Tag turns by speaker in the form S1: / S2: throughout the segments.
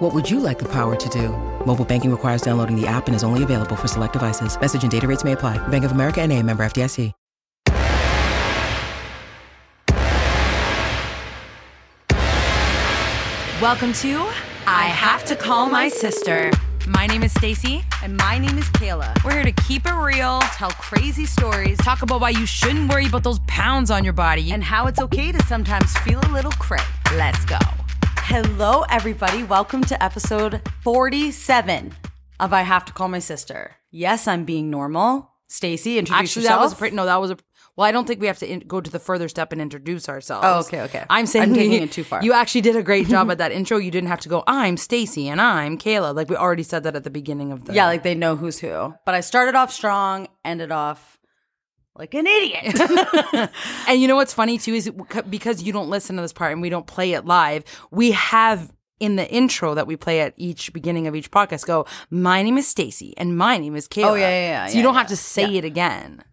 S1: What would you like the power to do? Mobile banking requires downloading the app and is only available for select devices. Message and data rates may apply. Bank of America and a member FDIC.
S2: Welcome to I Have to Call My Sister. My name is Stacy.
S3: And my name is Kayla.
S2: We're here to keep it real,
S3: Tell crazy stories
S2: talk about why you shouldn't worry about those pounds on your body.
S3: and how it's okay to sometimes feel a little cray.
S2: let's go.
S3: Hello, everybody. Welcome to episode 47 of I Have to Call My Sister. Yes, I'm being normal. Stacy, introduce
S4: Actually,
S3: yourself.
S4: that was a pretty. No, that was a. Well, I don't think we have to in, go to the further step and introduce ourselves.
S3: Oh, okay, okay.
S4: I'm saying
S3: I'm taking
S4: we-
S3: it too far.
S4: You actually did a great job at that intro. You didn't have to go. I'm Stacy and I'm Kayla. Like we already said that at the beginning of the.
S3: Yeah, like they know who's who. But I started off strong, ended off like an idiot.
S4: and you know what's funny too is because you don't listen to this part and we don't play it live. We have in the intro that we play at each beginning of each podcast. Go. My name is Stacy and my name is Kayla.
S3: Oh, yeah, yeah, yeah,
S4: So you don't
S3: yeah,
S4: have to say it again.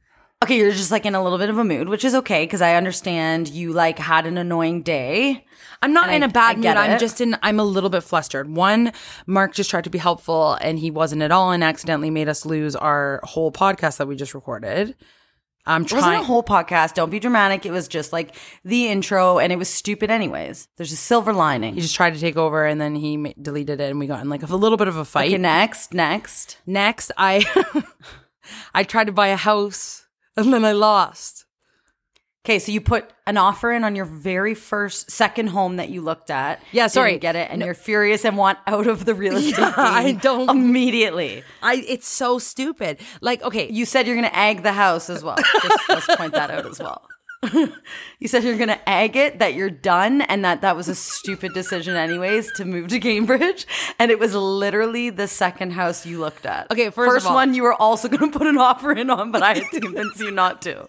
S3: okay, you're just like in a little bit of a mood, which is okay because I understand you like had an annoying day.
S4: I'm not
S3: And
S4: in
S3: I-
S4: a bad
S3: I
S4: mood.
S3: get
S4: I'm
S3: it.
S4: just in. I'm a little bit flustered. One, Mark just tried to be helpful, and he wasn't at all, and accidentally made us lose our whole podcast that we just recorded. I'm
S3: It wasn't
S4: trying.
S3: a whole podcast. Don't be dramatic. It was just like the intro, and it was stupid, anyways. There's a silver lining.
S4: he just tried to take over, and then he ma- deleted it, and we got in like a little bit of a fight.
S3: Okay, next, next.
S4: Next, I I tried to buy a house, and then I lost.
S3: Okay, so you put an offer in on your very first, second home that you looked at.
S4: Yeah, sorry.
S3: Didn't get it, and you're furious and want out of the real estate.
S4: Yeah, I
S3: game
S4: don't-
S3: immediately.
S4: I. It's so stupid. Like, okay,
S3: You said you're going to egg the house as well. Just, let's point that out as well. you said you're going to egg it that you're done and that that was a stupid decision anyways to move to Cambridge and it was literally the second house you looked at.
S4: Okay, first of all-
S3: one you were also going to put an offer in on but I had to convince you not to.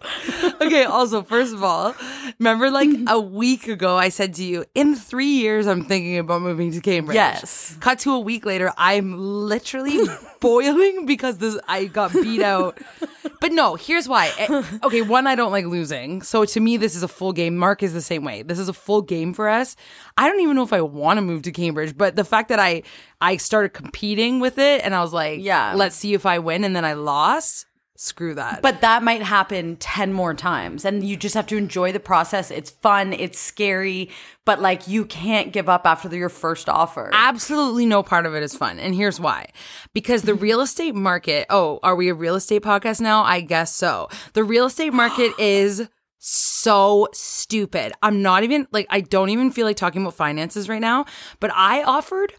S4: okay, also, first of all, remember like
S3: Mm-hmm.
S4: a week ago, I said to you, in three years, I'm thinking about moving to Cambridge.
S3: Yes.
S4: Cut to a week later, I'm literally boiling because this I got beat out. But no, here's why. Eh, Okay, one, I don't like losing. So to me, this is a full game. Mark is the same way. This is a full game for us. I don't even know if I want to move to Cambridge, but the fact that I I started competing with it and I was like,
S3: Yeah.
S4: let's see if I win, and then I lost. Screw that.
S3: But that might happen 10 more times. And you just have to enjoy the process. It's fun, it's scary, but like you can't give up after your first offer.
S4: absolutely no part of it is fun. And here's why. Because the real estate market, oh, are we a real estate podcast now? I guess so. The real estate market is so stupid. I'm not even like I don't even feel like talking about finances right now, but I offered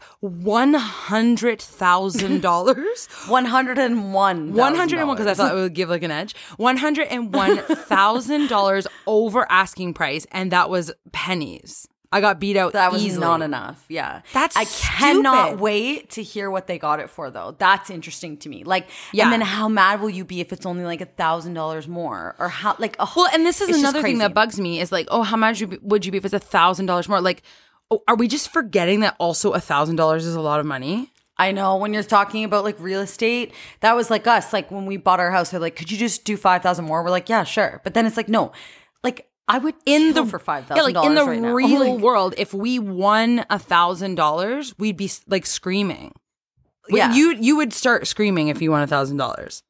S4: $100,000
S3: 101.
S4: 101 because I thought it would give like an edge. $101,000 over asking price and that was pennies. I got beat out
S3: That was
S4: easily.
S3: not enough. Yeah.
S4: That's
S3: I cannot
S4: stupid.
S3: wait to hear what they got it for though. That's interesting to me. Like
S4: Yeah.
S3: and then how mad will you be if it's only like a thousand dollars more? Or how like a whole
S4: Well, and this is
S3: it's just
S4: another thing
S3: crazy.
S4: that bugs me is like, oh, how much would you be- would you be if it's a thousand dollars more? Like, oh, are we just forgetting that also a thousand dollars is a lot of money?
S3: I know when you're talking about like real estate, that was like us. Like when we bought our house, they're like, could you just do five thousand more? We're like, yeah, sure. But then it's like, no, like I would
S4: In
S3: kill
S4: the
S3: for five
S4: yeah,
S3: thousand
S4: like in the
S3: dollars right now. Oh
S4: real
S3: Like,
S4: world, if we won a thousand dollars, we'd be like screaming.
S3: Yeah.
S4: Yeah. you you would start screaming if you won a thousand dollars.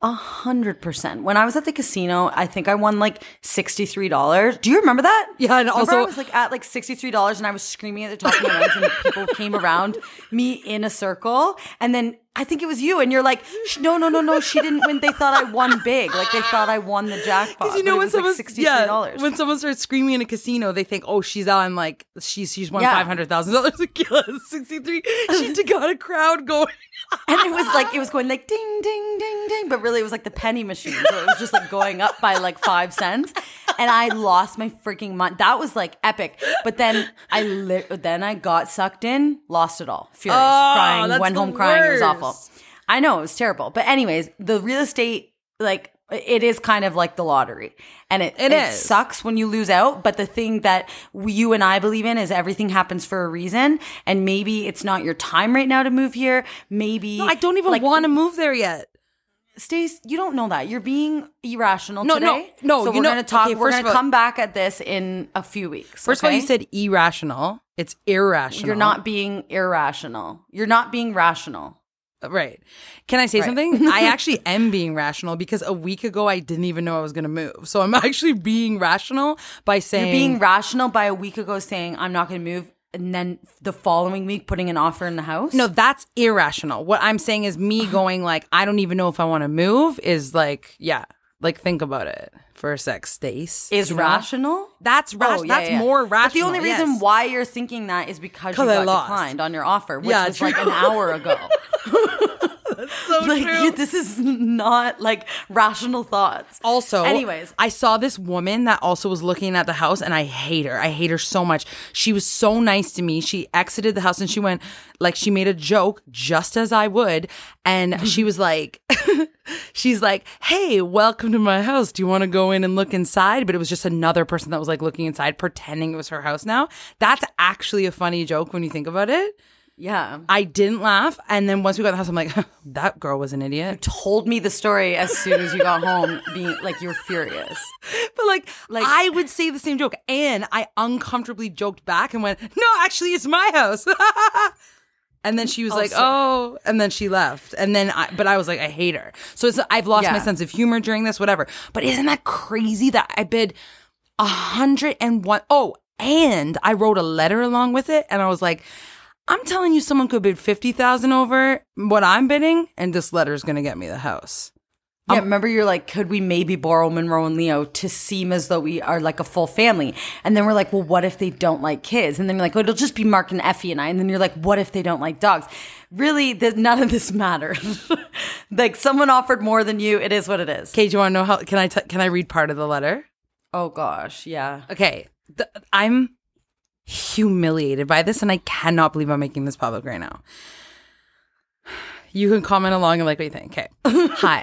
S3: A hundred percent. When I was at the casino, I think I won like sixty three dollars. Do you remember that?
S4: Yeah, and
S3: Remember
S4: also-
S3: I was like at like sixty three dollars, and I was screaming at the top of my lungs, and people came around me in a circle, and then I think it was you, and you're like, "Sh- no, no, no, no, she didn't win. They thought I won big, like they thought I won the jackpot.
S4: you know
S3: but it
S4: when
S3: was, like,
S4: someone
S3: $63.
S4: when someone starts screaming in a casino, they think, oh, she's on like she's she's won
S3: Yeah.
S4: five hundred thousand dollars. Sixty three. She got a crowd going.
S3: And it was like it was going like ding ding ding ding, but really it was like the penny machine. So it was just like going up by like five cents, and I lost my freaking mind. That was like epic. But then I li- then I got sucked in, lost it all, furious,
S4: Oh,
S3: crying,
S4: that's
S3: went
S4: the
S3: home crying. It was awful.
S4: worst.
S3: I know it was terrible. But anyways, the real estate like it is kind of like the lottery, and it
S4: It
S3: it,
S4: is.
S3: sucks when you lose out. But the thing that we, you and I believe in is everything happens for a reason, and maybe it's not your time right now to move here. Maybe
S4: I don't even
S3: like,
S4: want to move there yet.
S3: Stace, you don't know that you're being irrational
S4: No, no,
S3: today. So
S4: no, you
S3: we're
S4: know-
S3: gonna talk.
S4: okay,
S3: we're
S4: first
S3: gonna
S4: of all-
S3: come back at this in a few weeks.
S4: First of all, you
S3: okay?
S4: said irrational. It's irrational.
S3: you're not being irrational. You're not being rational.
S4: Uh, Right. Can I say something? I actually am being rational because a week ago I didn't even know I was going to move. So I'm actually being rational by saying
S3: You're being rational by a week ago saying I'm not going to move, and then the following week putting an offer in the house.
S4: No, that's irrational. What I'm saying is me going like I don't even know if I want to move is like yeah, like think about it for a sec, Stace.
S3: is
S4: you know?
S3: rational.
S4: That's ra-
S3: Oh, yeah,
S4: that's
S3: yeah.
S4: more
S3: But the only
S4: rational,
S3: reason
S4: yes.
S3: why you're thinking that is because you
S4: 'Cause I
S3: got
S4: lost.
S3: declined on your offer, which
S4: Yeah,
S3: was
S4: true.
S3: like an hour ago.
S4: So
S3: like
S4: true.
S3: you- this is not like rational thoughts.
S4: Also,
S3: anyways,
S4: I saw this woman that also was looking at the house, and I hate her. I hate her so much. She was so nice to me. She exited the house and she went, like, she made a joke, just as I would. And she was like, she's like, hey, welcome to my house. Do you want to go in and look inside? But it was just another person that was like looking inside, pretending it was her house now. That's actually a funny joke when you think about it.
S3: yeah.
S4: I didn't laugh. And then once we got in the house, I'm like, that girl was an idiot.
S3: Told me the story as soon as you got home, being like you're furious.
S4: But like,
S3: Like-
S4: I would say the same joke, and I uncomfortably joked back and went, "No, actually, it's my house." and then she was like, "Oh," and then she left. And then, I, but I was like, "I hate her." So it's, I've lost my
S3: Yeah.
S4: sense of humor during this, whatever. But isn't that crazy that I bid a hundred and one? Oh, and I wrote a letter along with it, and I was like. I'm telling you, someone could bid fifty thousand over what I'm bidding, and this letter's gonna get me the house.
S3: Yeah, remember you're like, could we maybe borrow Monroe and Leo to seem as though we are like a full family? And then we're like, well, what if they don't like kids? And then you're like, oh, it'll just be Mark and Effie and I. And then you're like, what if they don't like dogs? Really, th- none of this matters. like someone offered more than you. It is what it is.
S4: Okay, do you want to know how? Can I t- can I read part of the letter?
S3: Oh gosh, yeah.
S4: okay th- i'm humiliated by this and i cannot believe i'm making this public right now you can comment along and like what you think okay hi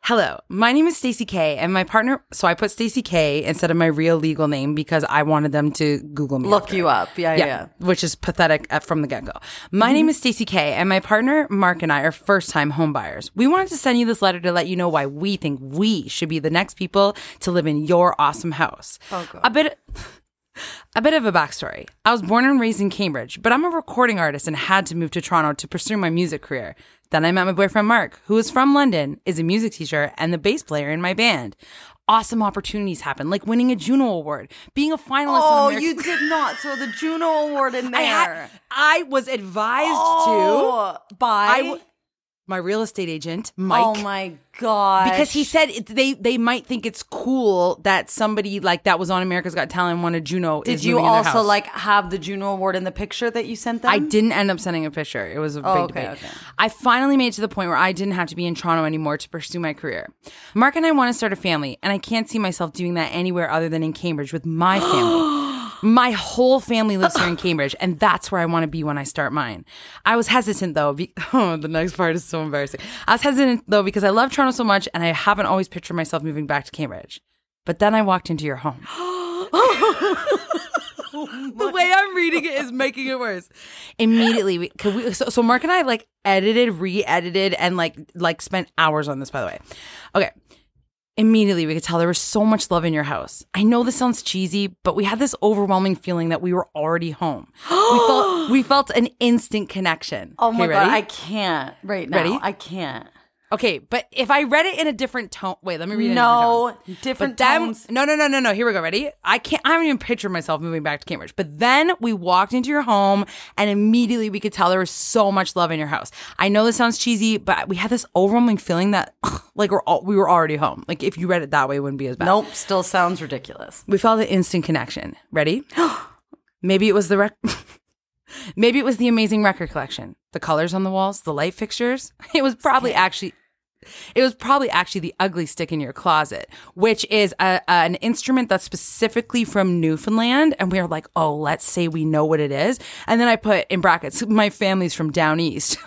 S4: hello my name is stacy k and my partner so i put stacy k instead of my real legal name because i wanted them to google me
S3: Look
S4: after.
S3: you up. Yeah, yeah. yeah. Mm-hmm.
S4: Which is pathetic at- from the get go. My name is Stacey Kay, and my partner Mark and I are first time homebuyers. We wanted to send you this letter to let you know why we think we should be the next people to live in your awesome house. Oh, God. A bit. A bit of a backstory. I was born and raised in Cambridge, but I'm a recording artist and had to move to Toronto to pursue my music career. Then I met my boyfriend Mark, who is from London, is a music teacher, and the bass player in my band. Awesome opportunities happened, like winning a Juno Award, being a finalist. in
S3: Oh,
S4: American-
S3: you did not. So the Juno Award in there.
S4: I had, I was advised to
S3: oh, by
S4: I w- my real estate agent, Mike.
S3: Oh my god.
S4: because he said it, they they might think it's cool that somebody like that was on America's Got Talent won a Juno.
S3: Did
S4: is
S3: you
S4: moving in their
S3: also
S4: house.
S3: like have the Juno Award in the picture that you sent them?
S4: I didn't end up sending a picture. It was a big
S3: Oh, okay,
S4: debate.
S3: okay.
S4: I finally made it to the point where I didn't have to be in Toronto anymore to pursue my career. Mark and I want to start a family, and I can't see myself doing that anywhere other than in Cambridge with my family. my whole family lives here in Cambridge, and that's where I want to be when I start mine. I was hesitant though. Be- oh, the next part is so embarrassing. I was hesitant though because I love Toronto so much, and I haven't always pictured myself moving back to Cambridge. But then I walked into your home. the way I'm reading it is making it worse. Immediately, we, could we, so, so Mark and I like edited, re-edited, and like like spent hours on this. By the way, okay. Immediately, we could tell there was so much love in your house. I know this sounds cheesy, but we had this overwhelming feeling that we were already home. we felt we felt an instant connection.
S3: Oh my
S4: Okay,
S3: god,
S4: ready?
S3: I can't right now.
S4: Ready?
S3: I can't.
S4: Okay, but if I read it in a different tone, wait, let me read it.
S3: No,
S4: in a different, tone.
S3: different
S4: But then-
S3: tones.
S4: No, no, no, no, no. Here we go. Ready? I can't. I haven't even pictured myself moving back to Cambridge. But then we walked into your home, and immediately we could tell there was so much love in your house. I know this sounds cheesy, but we had this overwhelming feeling that, like, we're all, we were already home. Like, if you read it that way, it wouldn't be as bad.
S3: Nope, still sounds ridiculous.
S4: We felt the instant connection. Ready? Maybe it was the rec- Maybe it was the amazing record collection, the colors on the walls, the light fixtures. It was probably actually. It was probably actually the ugly stick in your closet, which is a, an instrument that's specifically from Newfoundland. And we were like, oh, let's say we know what it is. And then I put in brackets, my family's from down east.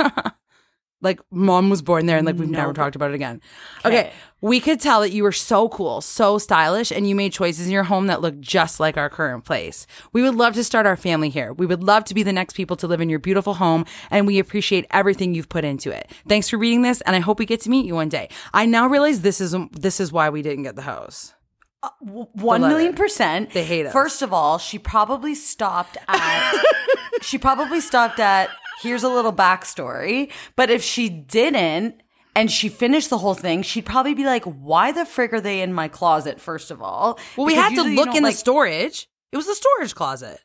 S4: like, mom was born there, and like, we've never talked about it again. okay. We could tell that you were so cool, so stylish, and you made choices in your home that looked just like our current place. We would love to start our family here. We would love to be the next people to live in your beautiful home, and we appreciate everything you've put into it. Thanks for reading this, and I hope we get to meet you one day. I now realize this is this is why we didn't get the house.
S3: One
S4: letter.
S3: million percent.
S4: They hate us.
S3: First of all, she probably stopped at. she probably stopped at. Here's a little backstory. But if she didn't, and she finished the whole thing, she'd probably be like, "Why the frick are they in my closet?" First of all,
S4: Well, we
S3: Because
S4: had to
S3: usually you
S4: look
S3: don't,
S4: in
S3: like-
S4: the storage. It was the storage closet.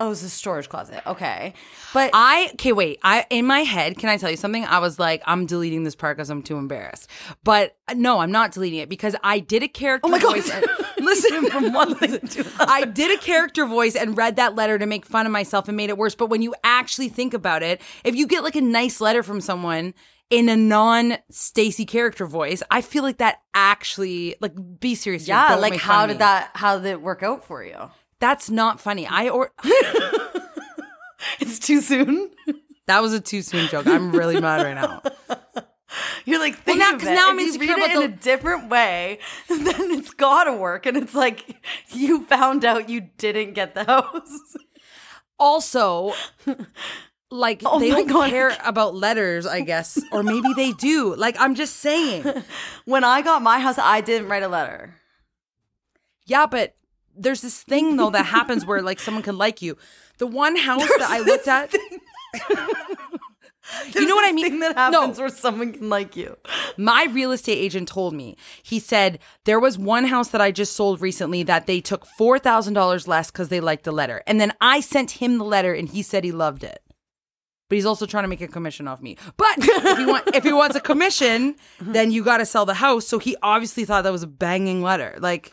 S3: Oh, it's a storage closet. Okay, but
S4: I okay, wait. I in my head, can I tell you something? I was like, I'm deleting this part because I'm too embarrassed. But uh, no, I'm not deleting it because I did a character
S3: Oh my God.
S4: voice. and- listen, from one
S3: to
S4: I did a character voice and read that letter to make fun of myself and made it worse. But when you actually think about it, if you get like a nice letter from someone in a non Stacy character voice, I feel like that actually like be serious. here.
S3: yeah,
S4: Don't
S3: like
S4: make fun
S3: how
S4: of
S3: did
S4: me.
S3: that? How did it work out for you?
S4: That's not funny. I or
S3: It's too soon.
S4: that was a too soon joke. I'm really mad right now.
S3: You're like, think
S4: now-
S3: of
S4: 'cause
S3: it.
S4: now
S3: If
S4: I'm
S3: you
S4: insecure
S3: read it
S4: about
S3: in
S4: the-
S3: a different way, then it's gotta work. And it's like you found out you didn't get the house.
S4: also like they
S3: Oh my
S4: don't
S3: God.
S4: care about letters i guess or maybe they do like i'm just saying
S3: When I got my house, I didn't write a letter.
S4: yeah but there's this thing though that happens where like someone can like you the one house that i looked at you know what i mean
S3: Thing that
S4: No,
S3: happens where someone can like you.
S4: My real estate agent told me, he said, there was one house that I just sold recently that they took $4,000 less because they liked the letter. And then I sent him the letter and he said he loved it. But he's also trying to make a commission off me. But if he, want, if he wants a commission, then you got to sell the house. So he obviously thought that was a banging letter. Like,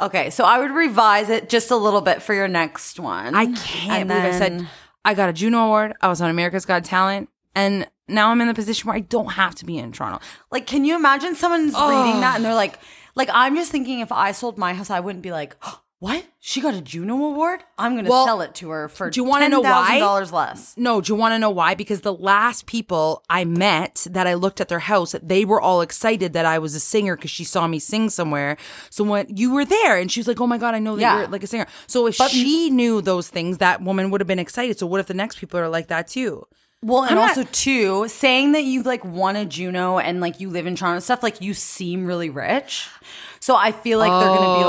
S3: Okay, so I would revise it just a little bit for your next one.
S4: I can't
S3: Mm, And
S4: believe I
S3: then-
S4: said, I got a Juno Award. I was on America's Got Talent. And now I'm in the position where I don't have to be in Toronto.
S3: Like, can you imagine someone's reading that and they're like, like I'm just thinking if I sold my house, I wouldn't be like, what? She got a Juno Award? I'm gonna
S4: Well,
S3: sell it to her for
S4: do you wanna know why?
S3: dollars less.
S4: No, do you want to know why? Because the last people I met that I looked at their house, they were all excited that I was a singer because she saw me sing somewhere. So when you were there, and she was like, "Oh my god, I know that
S3: Yeah.
S4: you're like a singer." So if
S3: But-
S4: she knew those things, that woman would have been excited. So what if the next people are like that too?
S3: Well, and
S4: I'm not-
S3: also too saying that you've like won a Juno and like you live in Toronto and stuff, like you seem really rich. So I feel like they're
S4: Oh,
S3: gonna be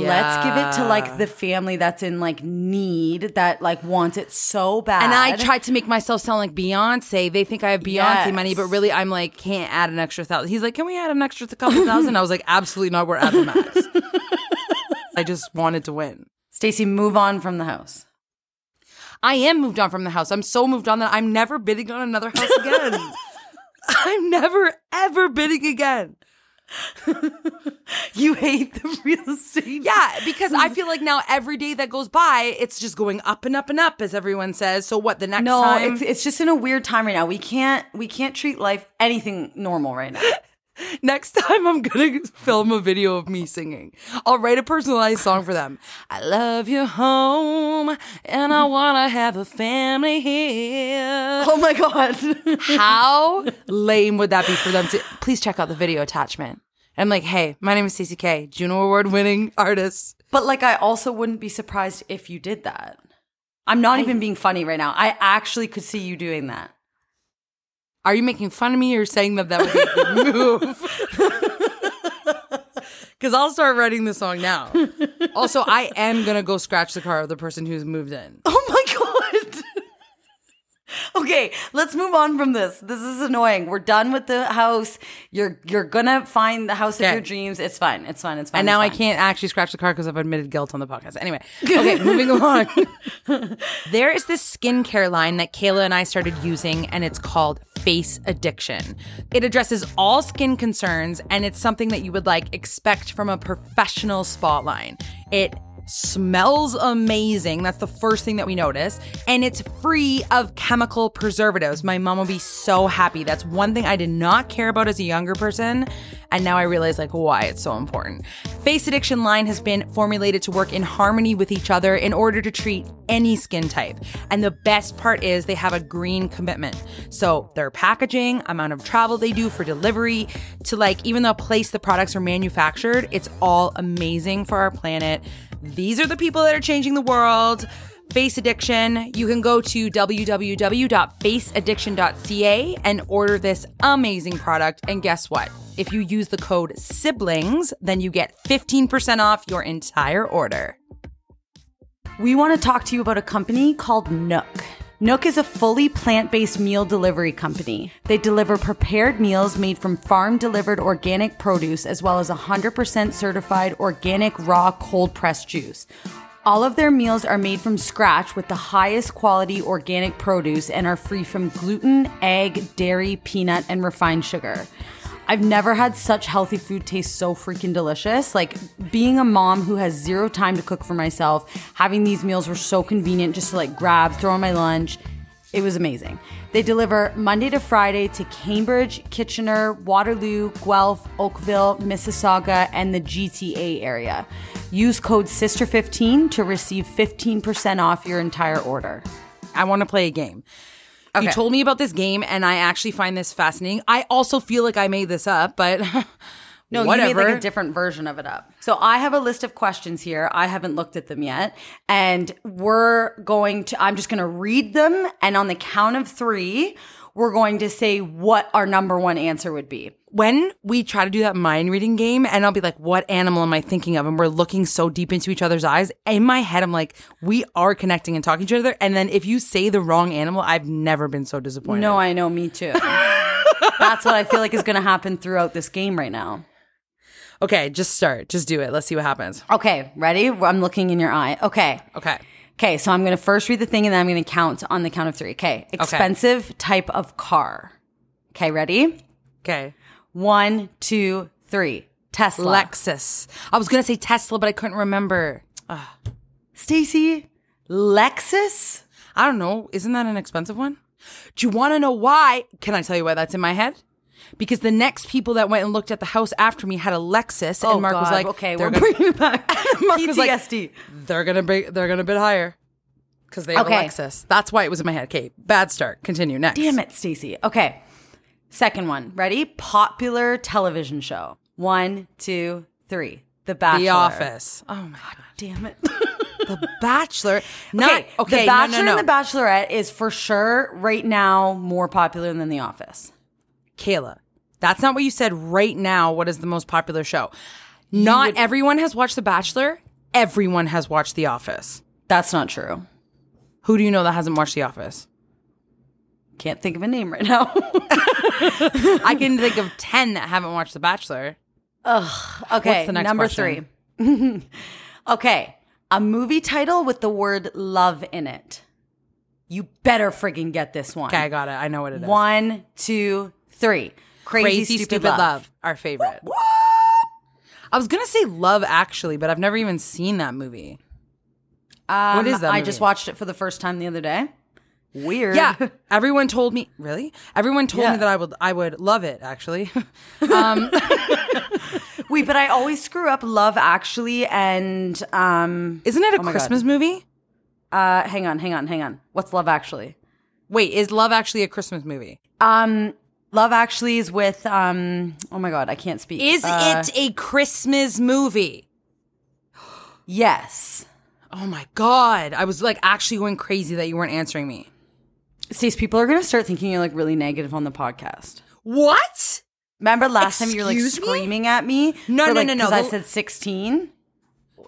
S3: like, let's give it to
S4: yeah.
S3: like the family that's in like need that like wants it so bad.
S4: And I tried to make myself sound like Beyonce. They think I have Beyonce
S3: Yes.
S4: money, but really I'm like, can't add an extra thousand. He's like, can we add an extra couple thousand? I was like, absolutely not. We're at the max. I just wanted to win.
S3: Stacey, move on from the house.
S4: I am moved on from the house. I'm so moved on that I'm never bidding on another house again. I'm never ever bidding again.
S3: You hate the real estate.
S4: Yeah, because I feel like now every day that goes by, it's just going up and up and up, as everyone says. So what? The next
S3: No,
S4: time,
S3: it's it's just in a weird time right now. We can't we can't treat life anything normal right now.
S4: next time I'm gonna film a video of me singing. I'll write a personalized song for them. I love your home, and I wanna have a family here.
S3: oh my god.
S4: How lame would that be for them to please check out the video attachment? I'm like, hey, my name is Stacey K, Juno Award winning artist.
S3: But like, I also wouldn't be surprised if you did that. I'm not even being funny right now. I actually could see you doing that.
S4: Are you making fun of me or saying that that would be a good move? Because I'll start writing the song now. Also, I am gonna go scratch the car of the person who's moved in.
S3: Oh my god. okay, let's move on from this. This is annoying. We're done with the house. You're you're gonna find the house
S4: Okay.
S3: of your dreams. It's fine. It's fine. It's fine.
S4: And now I
S3: it's fine.
S4: can't actually scratch the car because I've admitted guilt on the podcast. Anyway, okay, moving along. there is this skincare line that Kayla and I started using, and it's called Face Addiction. It addresses all skin concerns, and it's something that you would like expect from a professional spot line. It smells amazing. That's the first thing that we notice. And it's free of chemical preservatives. My mom will be so happy. That's one thing I did not care about as a younger person. And now I realize like why it's so important. Face Addiction Line has been formulated to work in harmony with each other in order to treat any skin type. And the best part is they have a green commitment. So their packaging, amount of travel they do for delivery, to like even the place the products are manufactured, it's all amazing for our planet. These are the people that are changing the world. Face Addiction. You can go to www.faceaddiction.ca and order this amazing product. And guess what? If you use the code SIBLINGS, then you get 15% off your entire order.
S3: We want to talk to you about a company called Nook. Nook is a fully plant based meal delivery company. They deliver prepared meals made from farm delivered organic produce as well as 100% certified organic raw cold pressed juice. All of their meals are made from scratch with the highest quality organic produce and are free from gluten, egg, dairy, peanut, and refined sugar. I've never had such healthy food taste so freaking delicious. Like being a mom who has zero time to cook for myself, having these meals were so convenient just to like grab, throw in my lunch. It was amazing. They deliver Monday to Friday to Cambridge, Kitchener, Waterloo, Guelph, Oakville, Mississauga, and the GTA area. Use code SISTER15 to receive 15% off your entire order.
S4: I want to play a game. You
S3: Okay.
S4: told me about this game, and I actually find this fascinating. I also feel like I made this up, but
S3: No,
S4: whatever.
S3: you made like a different version of it up. So I have a list of questions here. I haven't looked at them yet. And we're going to, I'm just going to read them. And on the count of three, we're going to say what our number one answer would be.
S4: when we try to do that mind reading game, and I'll be like, "What animal am I thinking of?" and we're looking so deep into each other's eyes. In my head, I'm like, "We are connecting and talking to each other." And then if you say the wrong animal, I've never been so disappointed.
S3: No, I know, me too. That's what I feel like is going to happen throughout this game right now.
S4: Okay, just start. Just do it. Let's see what happens.
S3: Okay, ready? I'm looking in your eye. Okay.
S4: Okay.
S3: Okay, so I'm going to first read the thing and then I'm going to count on the count of three. Okay, expensive type of car. Okay, ready?
S4: Okay.
S3: One, two, three. Tesla.
S4: Lexus. I was gonna say Tesla, but I couldn't remember.
S3: Stacy, Lexus?
S4: I don't know. Isn't that an expensive one? Do you want to know why? Can I tell you why that's in my head? Because the next people that went and looked at the house after me had a Lexus, and Mark was like,
S3: Oh, okay,
S4: they're
S3: we're
S4: gonna-
S3: bringing it back.
S4: Mark was like,
S3: PTSD.
S4: they're gonna be they're gonna bid higher because they have
S3: Okay.
S4: a Lexus. That's why it was in my head. Okay, bad start. Continue next.
S3: Damn it, Stacy. Okay. Second one. Ready? Popular television show. One, two, three. The Bachelor.
S4: The Office. Oh my god.
S3: Damn it.
S4: The Bachelor. Not
S3: okay,
S4: okay.
S3: The
S4: no,
S3: Bachelor
S4: no, no.
S3: and The Bachelorette is for sure right now more popular than The Office.
S4: Kayla, that's not what you said right now. What is the most popular show? Not everyone has watched The Bachelor. Everyone has watched The Office.
S3: That's not true.
S4: Who do you know that hasn't watched The Office?
S3: Can't think of a name right now.
S4: I can think of 10 that haven't watched The Bachelor.
S3: okay,
S4: the next
S3: number
S4: question?
S3: three. okay, a movie title with the word love in it. You better friggin' get this one.
S4: Okay, I got it. I know what it is.
S3: One, two, three. Crazy, stupid, love.
S4: our favorite. I was going to say Love Actually, but I've never even seen that movie.
S3: Um,
S4: What is that
S3: I
S4: movie?
S3: just watched it for the first time the other day. Weird.
S4: Yeah, everyone told me. Really? Everyone told
S3: Yeah.
S4: me that I would I would love it actually.
S3: Wait, but I always screw up Love Actually and um.
S4: Isn't it a
S3: my God.
S4: Christmas movie?
S3: Uh, hang on, hang on, hang on. What's Love Actually?
S4: Wait, is Love Actually a Christmas movie?
S3: Um, Love Actually is with um. Oh my God, I can't speak.
S4: Is
S3: Uh,
S4: it a Christmas movie?
S3: Yes.
S4: Oh my god. I was like actually going crazy that you weren't answering me.
S3: Stace, people are gonna start thinking you're like really negative on the podcast.
S4: What?
S3: Remember last time you were like
S4: Excuse me?
S3: screaming at me?
S4: No,
S3: for,
S4: no,
S3: like,
S4: no, no.
S3: 'cause I
S4: The-
S3: said sixteen.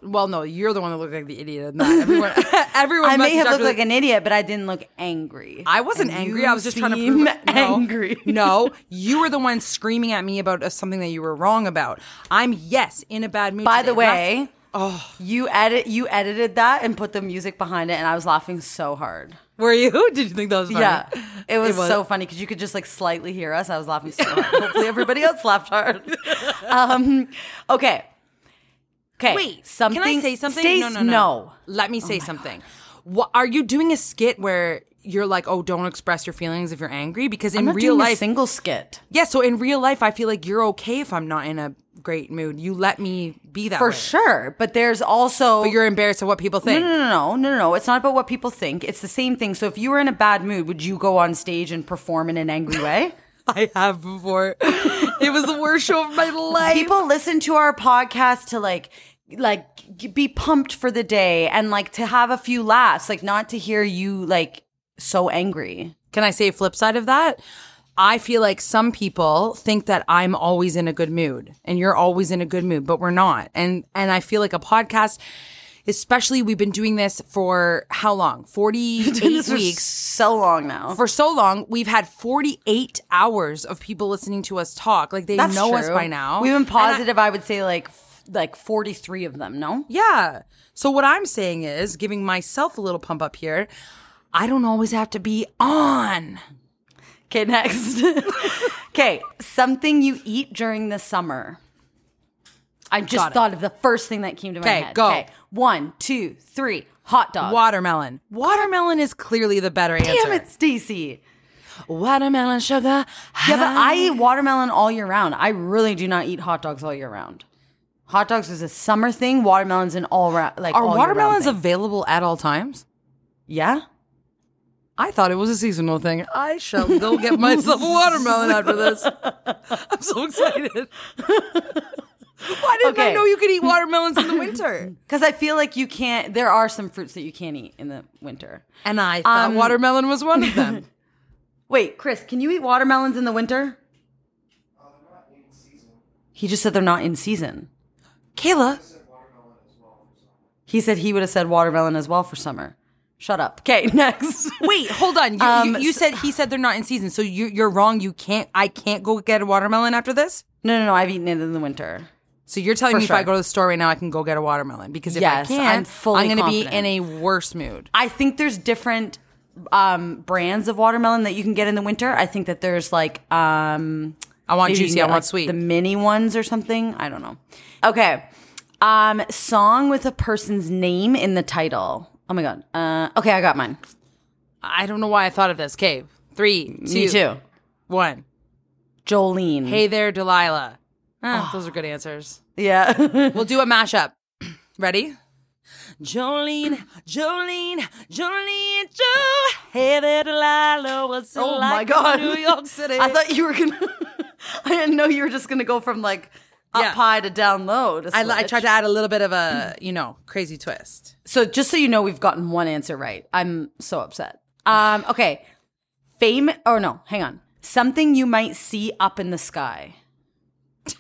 S4: Well, no, you're the one that looked like the idiot in that. Everyone, everyone
S3: I may have
S4: messaged
S3: looked
S4: after
S3: like
S4: the-
S3: an idiot, but I didn't look angry.
S4: I wasn't
S3: And
S4: angry.
S3: you
S4: I was just trying to
S3: seem
S4: prove No.
S3: angry.
S4: no, you were the one screaming at me about uh, something that you were wrong about. I'm yes in a bad mood.
S3: By
S4: today.
S3: the way,
S4: Oh.
S3: you edit you edited that and put the music behind it, and I was laughing so hard.
S4: were you? Did you think that was funny?
S3: Yeah, it was, so funny because you could just like slightly hear us. I was laughing so hard. Hopefully, everybody else laughed hard. Um, okay. Okay.
S4: Wait,
S3: Something.
S4: Can I say something?
S3: Stace,
S4: no, no, no.
S3: Oh
S4: Let me say something. What, are you doing a skit where you're like, oh, don't express your feelings if you're angry? Because in
S3: I'm not
S4: real
S3: doing a
S4: life,
S3: single skit.
S4: yeah. So in real life, I feel like you're okay if I'm not in a great mood. You let me be that
S3: For
S4: way.
S3: sure. But there's also.
S4: But you're embarrassed of what people think.
S3: No, no, no, no, no, no. It's not about what people think. It's the same thing. So if you were in a bad mood, would you go on stage and perform in an angry way?
S4: I have before. it was the worst show of my life.
S3: People listen to our podcast to like like be pumped for the day and like to have a few laughs, like not to hear you like so angry.
S4: Can I say a flip side of that? I feel like some people think that I'm always in a good mood and you're always in a good mood, but we're not. And and I feel like a podcast especially we've been doing this for how long? 48
S3: This is
S4: weeks.
S3: so long now.
S4: For so long, we've had 48 hours of people listening to us talk. Like they
S3: That's
S4: know us
S3: true.
S4: by now.
S3: We've been
S4: And I-
S3: positive, I, would say like f- like 43 of them, no?
S4: Yeah. So what I'm saying is giving myself a little pump up here. I don't always have to be on.
S3: Okay, next. okay, something you eat during the summer. I
S4: Got
S3: just
S4: it.
S3: thought of the first thing that came to my
S4: 'Kay,
S3: head.
S4: go.
S3: One, two, three. Hot dog.
S4: Watermelon. Watermelon is clearly the better answer.
S3: Damn it, Stacy.
S4: Watermelon sugar.
S3: Yeah, but I
S4: Ah.
S3: eat watermelon all year round. I really do not eat hot dogs all year round. Hot dogs is a summer thing. Watermelons an all round like
S4: Are
S3: all year round
S4: watermelons
S3: thing.
S4: available at all times?
S3: yeah.
S4: I thought it was a seasonal thing. I shall go get myself a watermelon after this. I'm so excited. Why didn't I
S3: Okay.
S4: know you could eat watermelons in the winter?
S3: Because I feel like you can't. There are some fruits that you can't eat in the winter.
S4: And I thought
S3: Um,
S4: Uh, watermelon was one of them.
S3: Wait, Chris, can you eat watermelons in the winter?
S4: Uh,
S3: He just said they're not in season.
S4: Kayla,
S3: He said he would have said watermelon as well for summer. Shut up. Okay, next.
S4: Wait, hold on. You,
S3: Um,
S4: you, you said he said they're not in season, so you, you're wrong. You can't. I can't go get a watermelon after this.
S3: No, no, no. I've eaten it in the winter.
S4: So you're telling
S3: For
S4: me if I
S3: sure.
S4: go to the store right now, I can go get a watermelon because if
S3: Yes,
S4: I can't,
S3: I'm fully
S4: going to be in
S3: confident.
S4: a worse mood.
S3: I think there's different um, brands of watermelon that you can get in the winter. I think that there's like um,
S4: I want
S3: maybe you can
S4: juicy. I
S3: get,
S4: want
S3: like,
S4: sweet.
S3: The mini ones or something. I don't know. Okay. Um, song with a person's name in the title. Oh my god. Uh, okay, I got mine.
S4: I don't know why I thought of this. Okay, three, two,
S3: Me too.
S4: one.
S3: Jolene.
S4: Hey there, Delilah. Ah, Those are good answers.
S3: Yeah.
S4: We'll do a mashup. Ready? Jolene, Jolene, Jolene, Joe. Hey there, Delilah. What's it
S3: Oh
S4: like
S3: my
S4: in
S3: God.
S4: New York City?
S3: I thought you were gonna. I didn't know you were just gonna go from like up
S4: Yeah.
S3: high to down low. To
S4: I, li- I
S3: switch.
S4: tried to add a little bit of a, you know, crazy twist.
S3: So just so you know, we've gotten one answer right. I'm so upset. Um. Okay. Fame or no? Hang on. Something you might see up in the sky.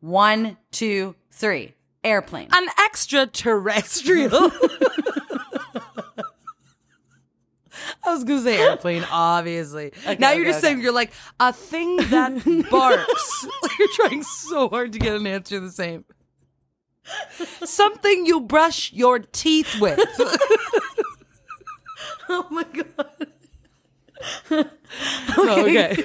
S3: One, two, three. Airplane.
S4: An extraterrestrial. I was gonna say airplane, obviously. now you're
S3: okay,
S4: just
S3: okay.
S4: saying you're like a thing that barks. you're trying so hard to get an answer the same. Something you brush your teeth with.
S3: oh my god.
S4: No, okay.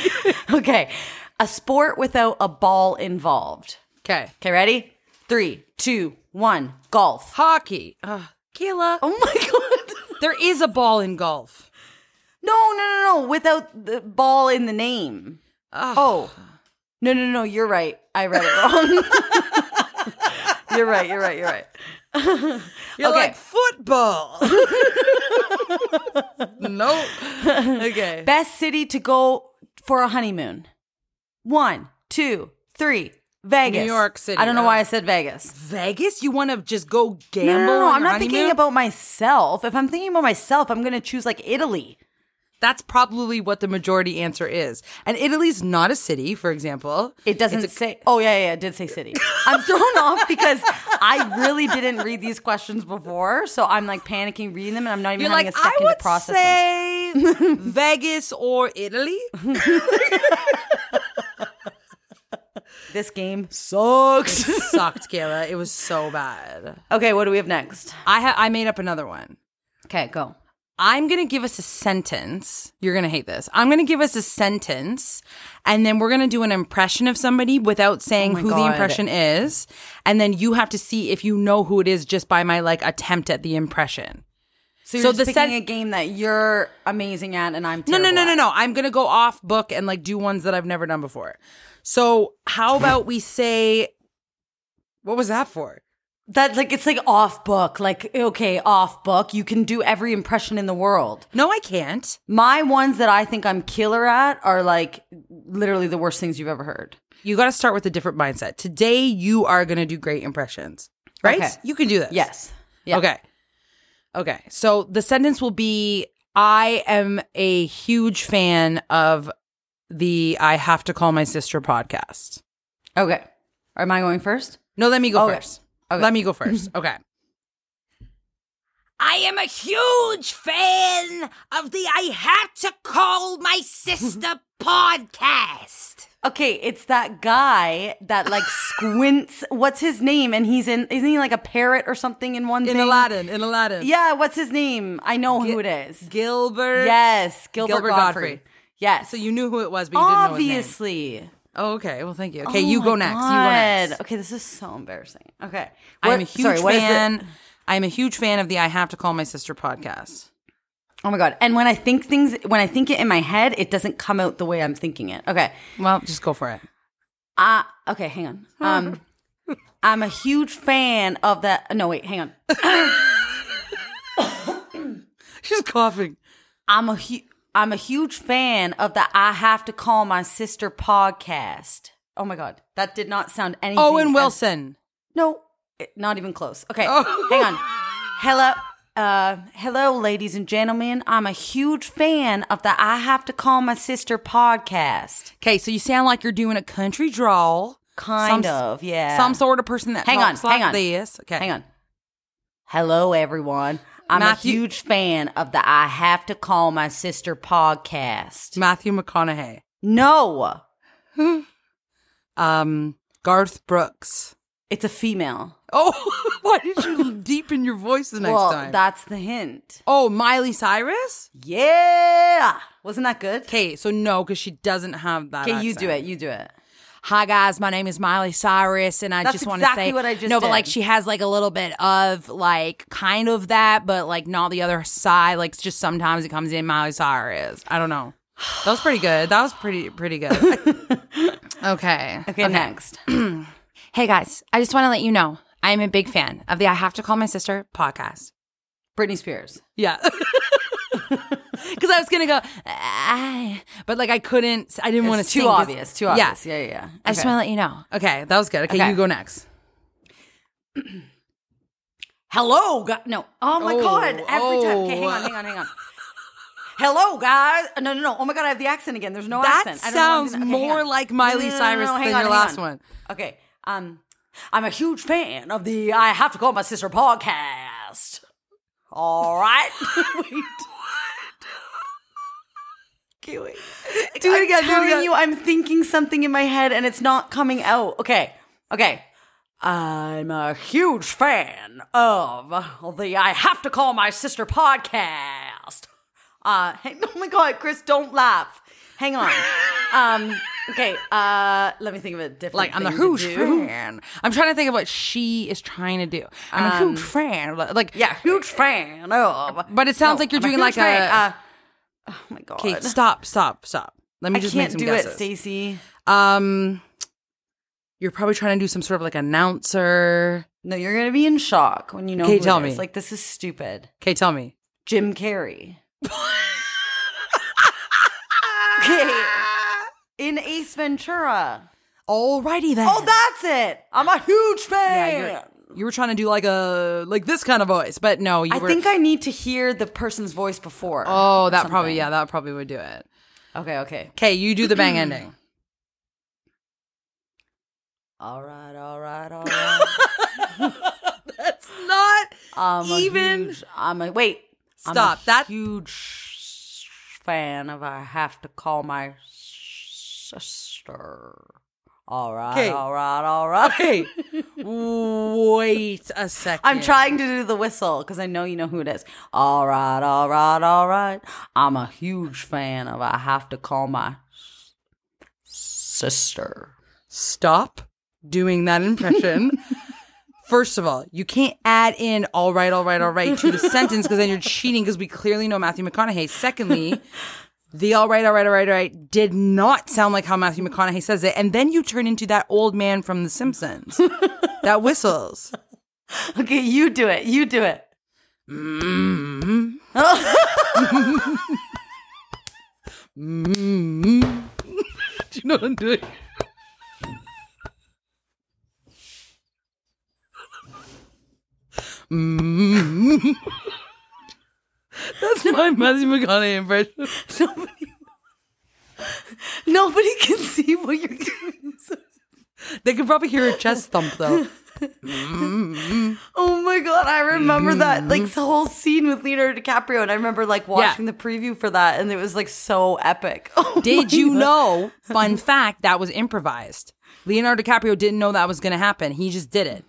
S3: Okay. A sport without a ball involved.
S4: Okay.
S3: Okay. Ready? Three, two, one. Golf.
S4: Hockey. Uh, Kayla.
S3: Oh my god.
S4: There is a ball in golf.
S3: No, no, no, no. Without the ball in the name. Oh. No, no, no. You're right. I read it wrong. you're right. You're right. You're right.
S4: You're
S3: Okay.
S4: like football. nope. Okay.
S3: Best city to go for a honeymoon. One, two, three. Vegas.
S4: New York City.
S3: I don't know
S4: Oh.
S3: why I said Vegas.
S4: Vegas? You want to just go
S3: No, no,
S4: gamble?
S3: no, no.
S4: on
S3: I'm
S4: your
S3: not thinking
S4: honeymoon?
S3: about myself. If I'm thinking about myself, I'm going to choose like Italy.
S4: That's probably what the majority answer is. And Italy's not a city, for example.
S3: It doesn't say. Oh yeah, yeah, yeah, it did say city. I'm thrown off because I really didn't read these questions before, so I'm like panicking reading them, and I'm not even
S4: You're
S3: having
S4: like,
S3: a
S4: I
S3: second
S4: would
S3: to process them.
S4: say Vegas or Italy.
S3: This game.
S4: Sucked. Sucked, Kayla. It was so bad.
S3: Okay, what do we have next?
S4: I ha- I made up another one.
S3: Okay, go.
S4: I'm going to give us a sentence. You're going to hate this. I'm going to give us a sentence and then we're going to do an impression of somebody without saying who the
S3: Oh God.
S4: impression is. And then you have to see if you know who it is just by my like attempt at the impression.
S3: So you're
S4: So
S3: just
S4: the
S3: picking
S4: sen-
S3: a game that you're amazing at, and I'm
S4: No,
S3: terrible
S4: no, no,
S3: at.
S4: no, no. I'm going to go off book and like do ones that I've never done before. So, how about we say What was that for?
S3: That like it's like off book. Like okay, off book. You can do every impression in the world.
S4: No, I can't.
S3: My ones that I think I'm killer at are like literally the worst things you've ever heard.
S4: You got to start with a different mindset. Today, you are going to do great impressions, right?
S3: Okay.
S4: You can do this.
S3: Yes. Yeah.
S4: Okay. Okay. So the sentence will be I am a huge fan of the I Have to Call My Sister podcast.
S3: Okay. Am I going first?
S4: No, let me go
S3: Okay.
S4: first. Let me go first. okay. I am a huge fan of the I Have to Call My Sister podcast.
S3: Okay, it's that guy that like squints. What's his name? And he's in. Isn't he like a parrot or something in one
S4: In
S3: thing?
S4: Aladdin, in Aladdin.
S3: Yeah. What's his name? I know who it is.
S4: Gilbert.
S3: yes, Gilbert,
S4: Gilbert
S3: Godfrey.
S4: Godfrey.
S3: Yes.
S4: So you knew who it was, but you didn't know his name.
S3: obviously.
S4: Oh, okay. Well, thank you. Okay,
S3: Oh
S4: you
S3: my
S4: go next. You go next.
S3: God. Okay, this is so embarrassing. Okay,
S4: I am a
S3: What-
S4: huge
S3: sorry, what is the-
S4: fan. I am a huge fan of the I Have to Call My Sister podcast.
S3: oh my god! And when I think things, when I think it in my head, it doesn't come out the way I'm thinking it. Okay,
S4: Well, just go for it.
S3: uh, okay, hang on. Um, I'm a huge fan of that. No, wait, hang on.
S4: She's coughing.
S3: I'm a hu- I'm a huge fan of the I have to call my sister podcast. Oh my god, that did not sound anything.
S4: Owen
S3: as-
S4: Wilson.
S3: No, it- not even close. Okay,
S4: Oh.
S3: hang on. Hello, uh, hello, ladies and gentlemen. I'm a huge fan of the "I Have to Call My Sister" podcast.
S4: Okay, so you sound like you're doing a country drawl.
S3: Kind
S4: Some-
S3: of, yeah.
S4: Some sort of person that
S3: Hang on,
S4: talks like
S3: hang on.
S4: this. Okay,
S3: Hang on. Hello, everyone. I'm
S4: Matthew-
S3: a huge fan of the "I Have to Call My Sister" podcast.
S4: Matthew McConaughey.
S3: no,
S4: Um, Garth Brooks.
S3: it's a female.
S4: Oh, why did you deepen your voice the next
S3: well,
S4: time?
S3: that's the hint.
S4: oh, Miley Cyrus.
S3: Yeah, wasn't that good?
S4: Okay, so no, because she doesn't have that.
S3: Okay, you do
S4: accent.
S3: it. You do it.
S4: hi guys my name is miley cyrus and i
S3: That's
S4: just want
S3: exactly
S4: to say
S3: what I just
S4: no but
S3: did.
S4: like she has like a little bit of like kind of that but like not the other side like just sometimes it comes in miley cyrus i don't know that was pretty good that was pretty pretty good okay
S3: Okay, next.
S4: hey guys i just want to let you know i am a big fan of the i have to call my sister podcast
S3: Britney Spears.
S4: yeah because i was gonna go "Ah," but like i couldn't i didn't want to
S3: It's too obvious. Too obvious. Yeah, yeah. yeah.
S4: I just
S3: Okay.
S4: want to let you know. Okay, that was good. Okay,
S3: Okay.
S4: you go next.
S3: Hello, guys. No. Oh my
S4: Oh,
S3: god. Every time. Okay, hang on,
S4: oh.
S3: hang on, hang on. Hello, guys. No, no, no. Oh my god, I have the accent again. There's no
S4: That
S3: accent. I don't know why I'm
S4: sounds
S3: doing- okay, hang
S4: more
S3: on.
S4: like
S3: No,
S4: Miley
S3: no, no, no,
S4: Cyrus
S3: no, hang
S4: than
S3: on,
S4: your
S3: hang
S4: last
S3: on.
S4: one.
S3: Okay. Um, I'm a huge fan of the I Have to Call My Sister podcast. All right. wait. Okay, wait.
S4: Do it
S3: I'm
S4: again, do it
S3: telling
S4: again.
S3: you, I'm thinking something in my head and it's not coming out. Okay. Okay. I'm a huge fan of the I Have to Call My Sister podcast. Uh, hey, oh my God, Chris, don't laugh. Hang on. Um, okay. Uh, let me think of a different
S4: Like I'm a
S3: thing to
S4: huge
S3: do.
S4: fan. I'm trying to think of what she is trying to do. I'm a huge fan. Like
S3: Yeah, huge fan of.
S4: but it sounds
S3: No,
S4: like you're
S3: I'm a
S4: doing
S3: huge
S4: like
S3: fan,
S4: a.
S3: Uh, oh my God.
S4: okay, stop, stop, stop. Let me
S3: I
S4: just
S3: can't
S4: make some
S3: do
S4: guesses.
S3: it, Stacey.
S4: um, you're probably trying to do some sort of like announcer.
S3: No, you're gonna be in shock when you know.
S4: Okay,
S3: who
S4: tell
S3: it is.
S4: me.
S3: Like this is stupid.
S4: Okay, tell me.
S3: Jim Carrey. okay. In Ace Ventura.
S4: Alrighty then.
S3: Oh, that's it. I'm a huge
S4: Yeah,
S3: fan.
S4: you're- you were trying to do like a like this kind of voice, but no, you
S3: I
S4: were.
S3: think I need to hear the person's voice before.
S4: oh,
S3: or
S4: that probably
S3: something.
S4: yeah, that probably would do it.
S3: Okay, okay.
S4: Okay, you do the bang ending.
S3: All right, all right, all right.
S4: Not
S3: I'm a
S4: Even-
S3: huge- I'm a wait. I'm a
S4: Stop, that-
S3: huge fan of I have to call my sister. All right,
S4: 'Kay.
S3: all right, all right.
S4: Hey, wait a second.
S3: I'm trying to do the whistle because I know you know who it is. All right, all right, all right. I'm a huge fan of I Have to Call My Sister.
S4: Stop doing that impression. First of all, you can't add in all right, all right, all right to the sentence because then you're cheating because we clearly know Matthew McConaughey. Secondly, the all right, all right, all right, all right did not sound like how Matthew McConaughey says it. And then you turn into that old man from The Simpsons that whistles.
S3: Okay, you do it. You do it.
S4: Do you know what I'm doing? Mm. That's my Matthew McConaughey impression.
S3: Nobody, nobody can see what you're doing.
S4: They can probably hear a chest thump though.
S3: Oh my god, I remember that like the whole scene with Leonardo DiCaprio, and I remember like watching
S4: Yeah.
S3: the preview for that, and it was like so epic. Oh
S4: Did
S3: my
S4: you
S3: God.
S4: know? Fun fact: that was improvised. Leonardo DiCaprio didn't know that was going to happen. He just did it. And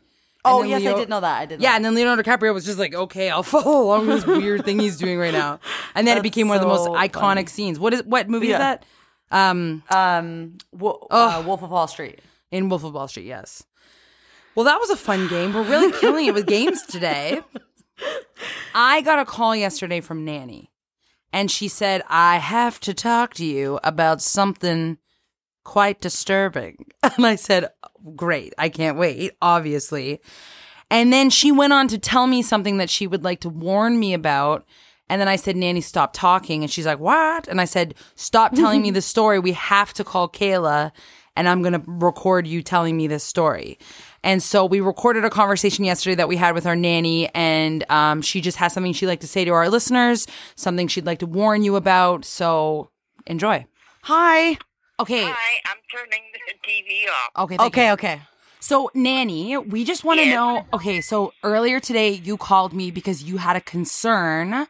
S3: Oh
S4: then
S3: yes,
S4: Leo-
S3: I did know that. I did.
S4: Yeah,
S3: know
S4: and then Leonardo DiCaprio was just like, "Okay, I'll follow along with this weird thing he's doing right now." And then it
S3: That's
S4: became one of the most
S3: so
S4: iconic
S3: funny.
S4: scenes. What is what movie
S3: Yeah.
S4: is that? Um,
S3: Wo- uh, Wolf of Wall Street.
S4: in Wolf of Wall Street. Yes. Well, that was a fun game. We're really killing it with games today. I got a call yesterday from Nanny, and she said, I have to talk to you about something quite disturbing. And I said, Great, I can't wait, obviously. And then she went on to tell me something that she would like to warn me about. And then I said, Nanny, stop talking. And she's like, What? And I said, Stop telling me this story. We have to call Kayla and I'm going to record you telling me this story. And so we recorded a conversation yesterday that we had with our nanny, and um, she just has something she'd like to say to our listeners, something she'd like to warn you about. So enjoy.
S3: Hi.
S4: Okay.
S5: Hi, I'm turning the TV off.
S4: Okay. thank you.
S3: Okay. Okay.
S4: So, Nanny, we just want to
S5: Yes.
S4: know. Okay, so earlier today you called me because you had a concern.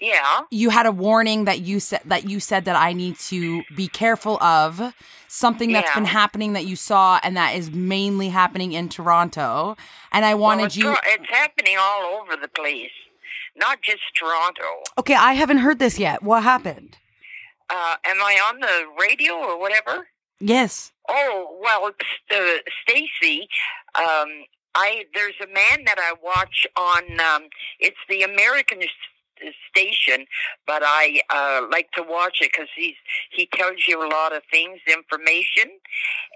S5: Yeah,
S4: You had a warning that you said that you said that I need to be careful of something that's
S5: Yeah.
S4: been happening that you saw and that is mainly happening in Toronto. And I wanted
S5: Well, it's,
S4: you
S5: go- it's happening all over the place, not just Toronto.
S3: Okay. I haven't heard this yet. What happened?
S5: Uh, am I on the radio or whatever?
S3: Yes.
S5: Oh well, st- uh, Stacy, um, I there's a man that I watch on. Um, it's the American s- station, but I uh, like to watch it because he's he tells you a lot of things, information,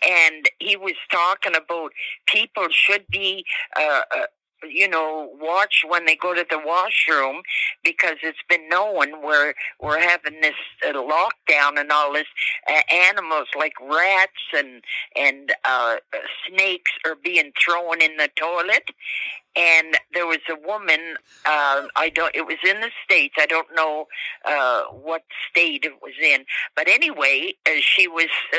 S5: and he was talking about people should be. Uh, uh, you know, watch when they go to the washroom because it's been known we're we're having this uh, lockdown and all this uh, animals like rats and and uh, snakes are being thrown in the toilet. And there was a woman. Uh, I don't. It was in the states. I don't know uh, what state it was in. But anyway, uh, she was uh,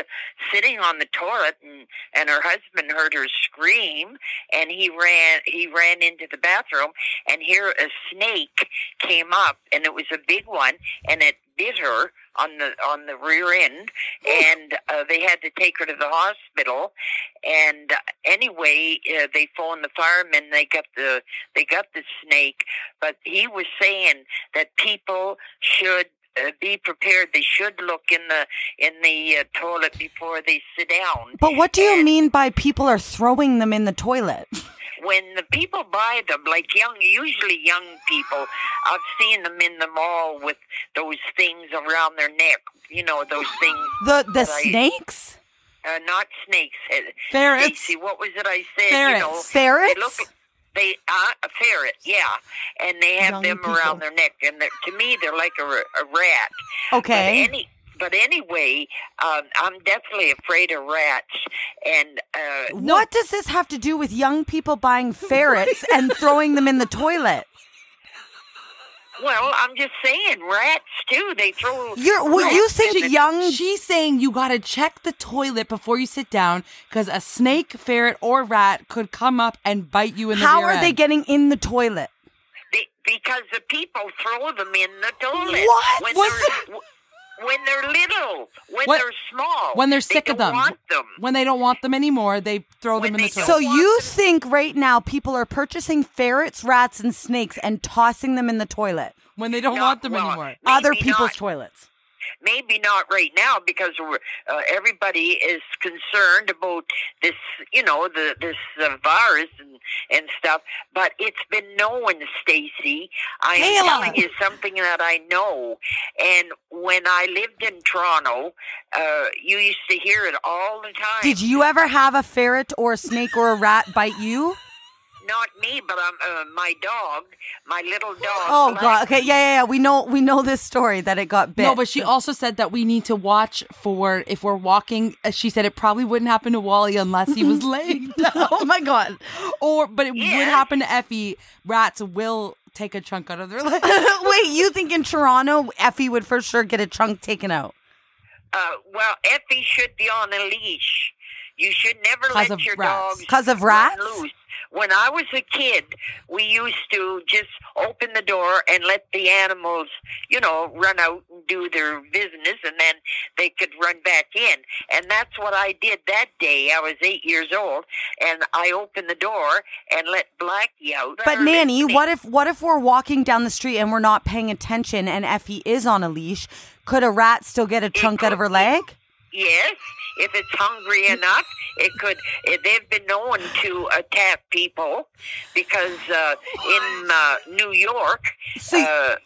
S5: sitting on the toilet, and and her husband heard her scream, and he ran. He ran into the bathroom, and here a snake came up, and it was a big one, and it bit her on the on the rear end, and uh, they had to take her to the hospital. And uh, anyway, uh, they phoned the firemen. They got the they got the snake, but he was saying that people should. Uh, be prepared. They should look in the in the uh, toilet before they sit down.
S3: But what do you mean by people are throwing them in the toilet?
S5: when the people buy them, like young, usually young people, I've seen them in the mall with those things around their neck. You know, those things.
S3: The the
S5: that I-
S3: snakes?
S5: uh, not snakes. uh,
S3: Ferrets.
S5: Stacey, what was it I said? You know,
S3: Ferrets. Ferrets?
S5: They look. They uh, a ferret, yeah, and they have
S3: Young
S5: them
S3: people.
S5: around their neck, and they're- to me they're like a, r- a rat.
S3: Okay.
S5: But, any, but anyway, um, I'm definitely afraid of rats, and uh,
S3: What does this have to do with young people buying ferrets and throwing them in the toilet?
S5: Well, I'm just saying, rats too. They throw.
S3: You're well,
S5: rats
S3: you
S5: in the-
S3: think young
S4: She's saying you gotta check the toilet before you sit down because a snake, ferret, or rat could come up and bite you in the
S3: how
S4: rear
S3: are they
S4: end.
S3: getting in the toilet?
S5: be- because the people throw them in the toilet.
S3: What?
S5: When
S3: What's
S5: they're, w- when they're little, when
S4: What-
S5: they're small.
S4: when they're
S5: They
S4: sick of
S5: don't
S4: them.
S5: want them.
S4: When they don't want them anymore, they throw
S5: When
S4: them in the
S5: they don't
S3: So
S4: toilet.
S3: you think right now people are purchasing ferrets, rats, and snakes and tossing them in the toilet,
S4: when they don't
S5: Not-
S4: want them
S5: well,
S4: anymore.
S3: other
S5: Maybe
S3: people's
S5: not.
S3: toilets.
S5: maybe not right now because we're, uh, everybody is concerned about this, you know, the this uh, virus and, and stuff. But it's been known, Stacy. I'm telling you something that I know. And when I lived in Toronto, uh, you used to hear it all the time.
S3: Did you ever have a ferret or a snake or a rat bite you?
S5: Not me, but um, uh, my dog, my little dog.
S3: Oh
S5: Black-
S3: god. Okay, yeah, yeah, yeah. We know we know this story that it got bit.
S4: No, but she also said that we need to watch for if we're walking. uh, She said it probably wouldn't happen to Wally unless he was laying down.
S3: Oh my god.
S4: Or, but it
S5: Yeah.
S4: would happen to Effie. Rats will take a chunk out of their leg.
S3: Wait, you think in Toronto Effie would for sure get a chunk taken out?
S5: Uh, well, Effie should be on a leash. You should never
S4: 'Cause of
S5: let your
S4: rats.
S5: dogs
S3: 'Cause of
S5: run
S3: rats?
S5: loose. When I was a kid, we used to just open the door and let the animals, you know, run out and do their business, and then they could run back in. And that's what I did that day. I was eight years old, and I opened the door and let Blackie out.
S3: But
S5: Or
S3: Nanny,
S5: Lipsy.
S3: what if what if we're walking down the street and we're not paying attention and Effie is on a leash? Could a rat still get a chunk out of her leg?
S5: Yes, if it's hungry enough, it could. eh, They've been known to attack people because uh, in uh, New York,
S3: So-
S5: uh,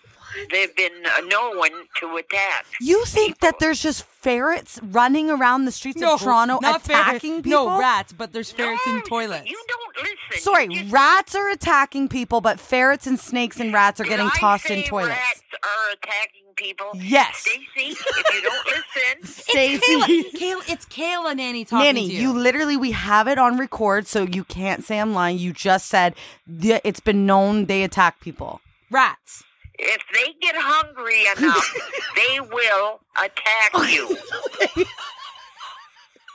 S5: they've been uh, known to attack.
S3: You think that there's just ferrets running around the streets of Toronto
S4: not ferrets.
S3: attacking people?
S4: No, rats, but there's ferrets in
S5: No,
S4: toilets.
S5: You don't listen.
S3: Sorry,
S5: You just-
S3: rats are attacking people, but ferrets and snakes and rats are
S5: Did
S3: getting
S5: I
S3: tossed in
S5: say
S3: toilets.
S5: Rats are attacking people.
S3: Yes.
S5: Stacy, if you don't listen,
S3: Stacey.
S4: Kayla, it's Kayla Nanny talking
S3: Nanny,
S4: to
S3: you literally, we have it on record, so you can't say I'm lying. You just said that it's been known they attack people.
S4: Rats.
S5: if they get hungry enough, they will attack
S4: Oh,
S5: you.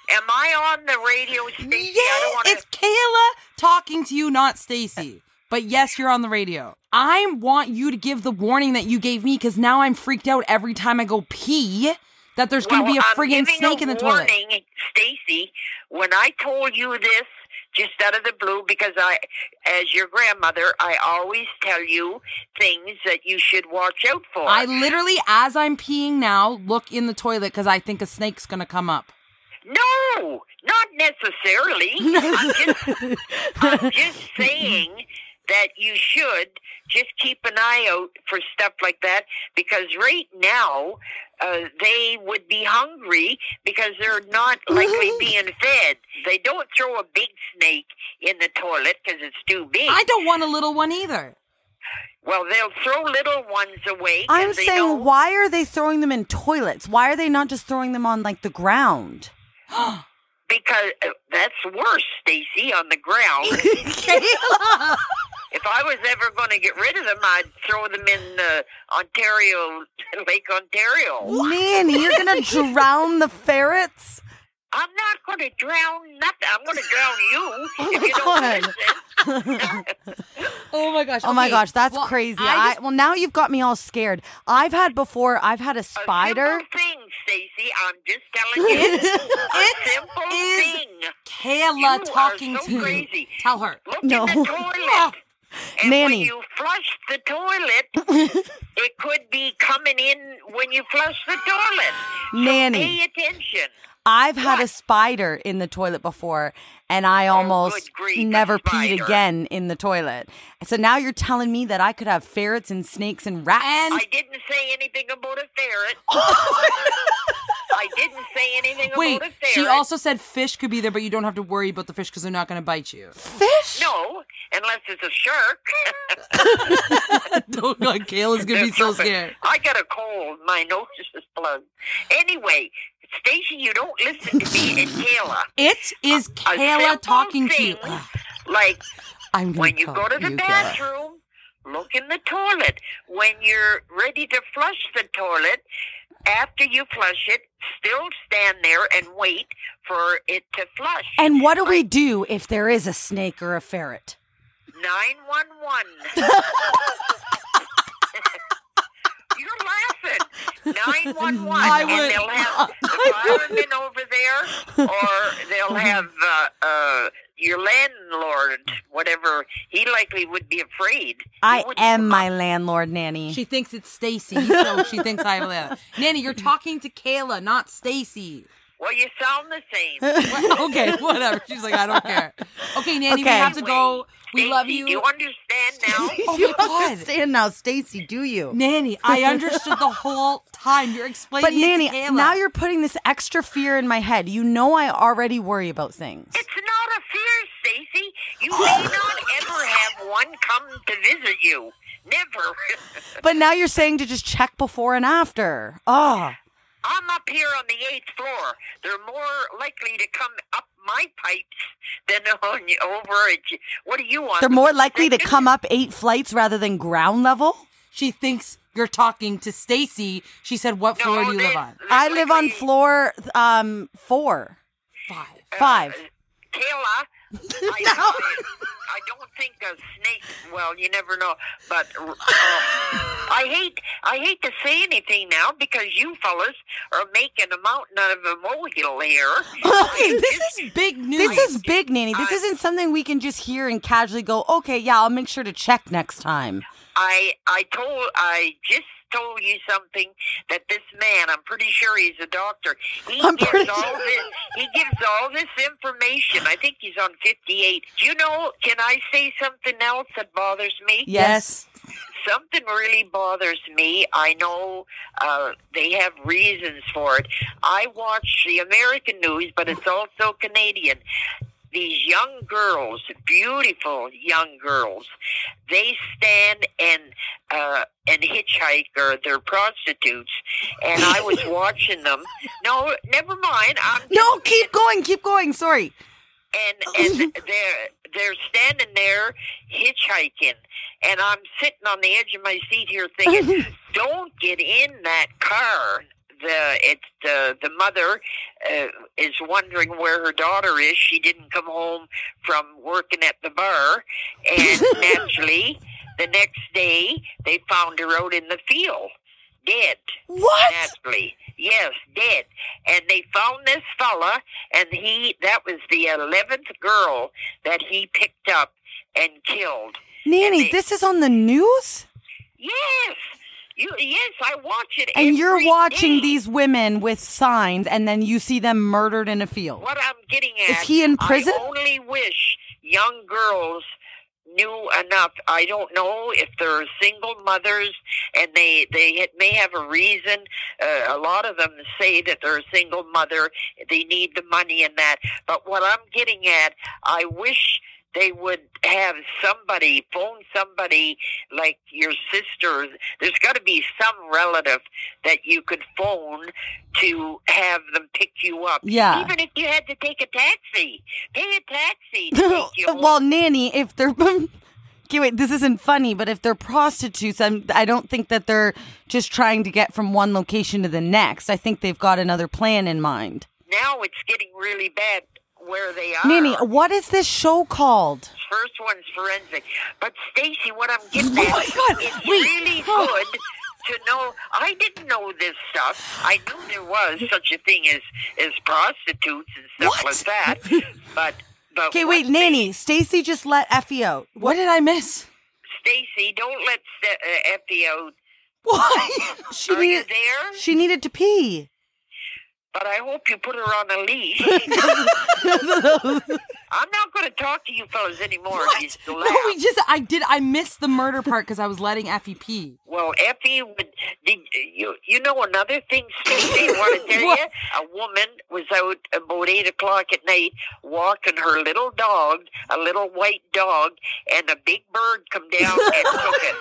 S5: Am I on the radio station? I don't want
S4: it's Kayla talking to you, not Stacy. But yes, you're on the radio. I want you to give the warning that you gave me because now I'm freaked out every time I go pee that there's going to be a friggin' snake in the toilet.
S5: warning, Stacy, when I told you this just out of the blue, because I, as your grandmother, I always tell you things that you should watch out for.
S4: I literally, as I'm peeing now, look in the toilet because I think a snake's going to come up.
S5: No, not necessarily. I'm, just, I'm just saying that you should just keep an eye out for stuff like that because right now uh, they would be hungry because they're not likely being fed. They don't throw a big snake in the toilet because it's too big.
S4: I don't want a little one either.
S5: well, they'll throw little ones away. 'cause
S3: I'm
S5: they
S3: saying,
S5: know-
S3: why are they throwing them in toilets? Why are they not just throwing them on like the ground?
S5: Because uh, that's worse, Stacy, on the ground. if I was ever going to get rid of them, I'd throw them in uh, Ontario, Lake Ontario.
S3: Nanny, you're gonna drown the ferrets.
S5: I'm not going to drown nothing. I'm going to drown you if you don't
S3: Oh God.
S5: listen.
S4: Oh my gosh.
S3: Oh my
S4: Okay,
S3: gosh, that's
S4: well,
S3: crazy.
S4: I
S3: I,
S4: just-
S3: well, now you've got me all scared. I've had before. I've had a
S5: A
S3: spider.
S5: simple thing, Stacy. I'm just telling you. a simple
S4: is-
S5: thing.
S4: Kayla
S5: You are
S4: talking
S5: so
S4: to you.
S5: crazy.
S4: Tell her.
S5: Look
S3: No.
S5: in the toilet. And
S3: Nanny.
S5: when you flush the toilet, it could be coming in when you flush the toilet. So
S3: Nanny.
S5: Pay attention.
S3: I've had a spider in the toilet before, and I almost
S5: Oh, good grief, a
S3: never peed
S5: spider.
S3: again in the toilet. So now you're telling me that I could have ferrets and snakes and rats.
S4: And-
S5: I didn't say anything about a ferret. I didn't say anything
S4: Wait,
S5: about a ferret.
S4: she also said fish could be there, but you don't have to worry about the fish because they're not going to bite you.
S3: fish.
S5: No, unless it's a shark.
S4: oh god, Kayla's gonna be so scared.
S5: I got a cold. My nose is plugged. Anyway, Stacy, you don't listen to me and Kayla.
S4: It is
S5: A
S4: Kayla
S5: simple
S4: talking to you.
S5: thing,
S4: Ugh,
S5: Like
S4: I'm gonna
S5: when you
S4: call
S5: go to the
S4: you, Kayla.
S5: bathroom, look in the toilet. When you're ready to flush the toilet, after you flush it, still stand there and wait for it to flush.
S3: And what do we do if there is a snake or a ferret?
S5: 911. You're laughing. 911
S4: I would-
S5: and they'll have the firemen over there or they'll have uh, uh, your landlord whatever he likely would be afraid He
S3: I
S5: wouldn't
S3: am my landlord, nanny.
S4: She thinks it's Stacy, so she thinks I live. Nanny, you're talking to Kayla, not Stacy.
S5: Well, you sound the same.
S4: What- okay, whatever. She's like, I don't care. Okay, Nanny, we
S3: Okay.
S4: have to go. We love
S5: Stacey,
S4: you.
S5: Do you understand now?
S4: oh my god.
S3: understand now, Stacy? Do you?
S4: Nanny, I understood the whole time. You're explaining
S3: But
S4: it to
S3: nanny,
S4: Kayla.
S3: now you're putting this extra fear in my head. You know I already worry about things.
S5: It's not a fear, Stacy. You may not ever have one come to visit you. Never.
S3: But now you're saying to just check before and after. Oh,
S5: I'm up here on the eighth floor. They're more likely to come up my pipes than on y- over at. y- What are you on?
S3: they're more likely to come up eight flights rather than ground level.
S4: she thinks you're talking to Stacy. She said, What floor do you live on?
S3: I live on floor um four,
S4: Five.
S3: five.
S5: Kayla. I, don't, I don't think a snake. Well, you never know. But uh, I hate I hate to say anything now because you fellas are making a mountain out of a molehill here.
S3: Okay, this is
S4: Big news.
S3: This is big, Nanny. This isn't something we can just hear and casually go, okay, yeah, I'll make sure to check next time.
S5: I I told I just told you something that this man I'm pretty sure he's a doctor. He
S3: I'm
S5: gives
S3: pretty
S5: all
S3: sure.
S5: this he gives all this information. I think he's on 58. You know, can I say something else that bothers me?
S3: Yes.
S5: something really bothers me. I know uh, they have reasons for it. I watch the American news, but it's also Canadian. These young girls, beautiful young girls, they stand and uh, and hitchhike or they're prostitutes. And I was watching them. No, never mind. I'm
S3: No, Oh, keep going, keep going. Sorry.
S5: and and they're they're standing there hitchhiking, and I'm sitting on the edge of my seat here thinking, "Don't get in that car." The it's the the mother uh, is wondering where her daughter is. She didn't come home from working at the bar, and naturally, the next day they found her out in the field, dead.
S3: What?
S5: Naturally, yes, dead. And they found this fella, and he that was the eleventh girl that he picked up and killed.
S3: Nanny, this is on the news?
S5: Yes, you. Yes, I watch it.
S3: And you're
S5: every
S3: watching
S5: day.
S3: these women with signs and then you see them murdered in a field.
S5: What I'm getting at
S3: Is he in prison?
S5: I only wish young girls knew enough. I don't know if they're single mothers and they they ha- may have a reason. Uh, a lot of them say that they're a single mother. They need the money and that. But what I'm getting at, I wish. They would have somebody phone somebody like your sister. There's got to be some relative that you could phone to have them pick you up.
S3: Yeah.
S5: Even if you had to take a taxi, pay a taxi to take you
S3: well,
S5: home.
S3: Nanny, if they're. Okay, wait, this isn't funny, but if they're prostitutes, I'm, I don't think that they're just trying to get from one location to the next. I think they've got another plan in mind.
S5: Now it's getting really bad where they are.
S3: Nanny, what is this show called?
S5: First one's forensic. But Stacy, what I'm
S3: Oh
S5: getting at, it's really good to know. I didn't know this stuff. I knew there was such a thing as as prostitutes and stuff like that. But but
S3: Okay,
S5: what
S3: wait, Nanny, Stacy just let Effie out. What did I miss?
S5: Stacy, don't let St- uh, Effie out.
S3: Why? she
S5: Are you
S3: needed
S5: there?
S3: she needed to pee.
S5: but I hope you put her on a leash. I'm not going to talk to you fellas anymore. If you still
S4: No,
S5: laugh.
S4: we just I did I missed the murder part because I was letting Effie pee.
S5: well, Effie, would, did, you you know another thing, Stacy, I want to tell you?
S4: What?
S5: A woman was out about 8 o'clock at night walking her little dog, a little white dog, and a big bird come down and took it.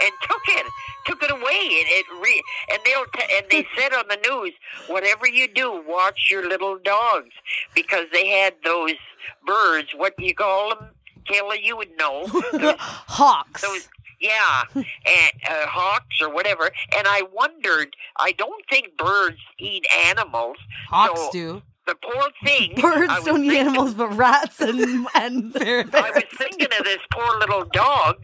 S5: And took it, took it away, and it re- and they'll t- and they said on the news, whatever you do, watch your little dogs because they had those birds. What do you call them, Kayla? You would know. Those
S3: Hawks.
S5: those yeah and uh, hawks or whatever and i wondered i don't think birds eat animals
S4: Hawks
S5: so,
S4: do.
S5: the poor thing.
S3: Birds
S5: I was
S3: don't eat
S5: thinking-
S3: animals, but rats and and they're
S5: I was thinking of this poor little dog.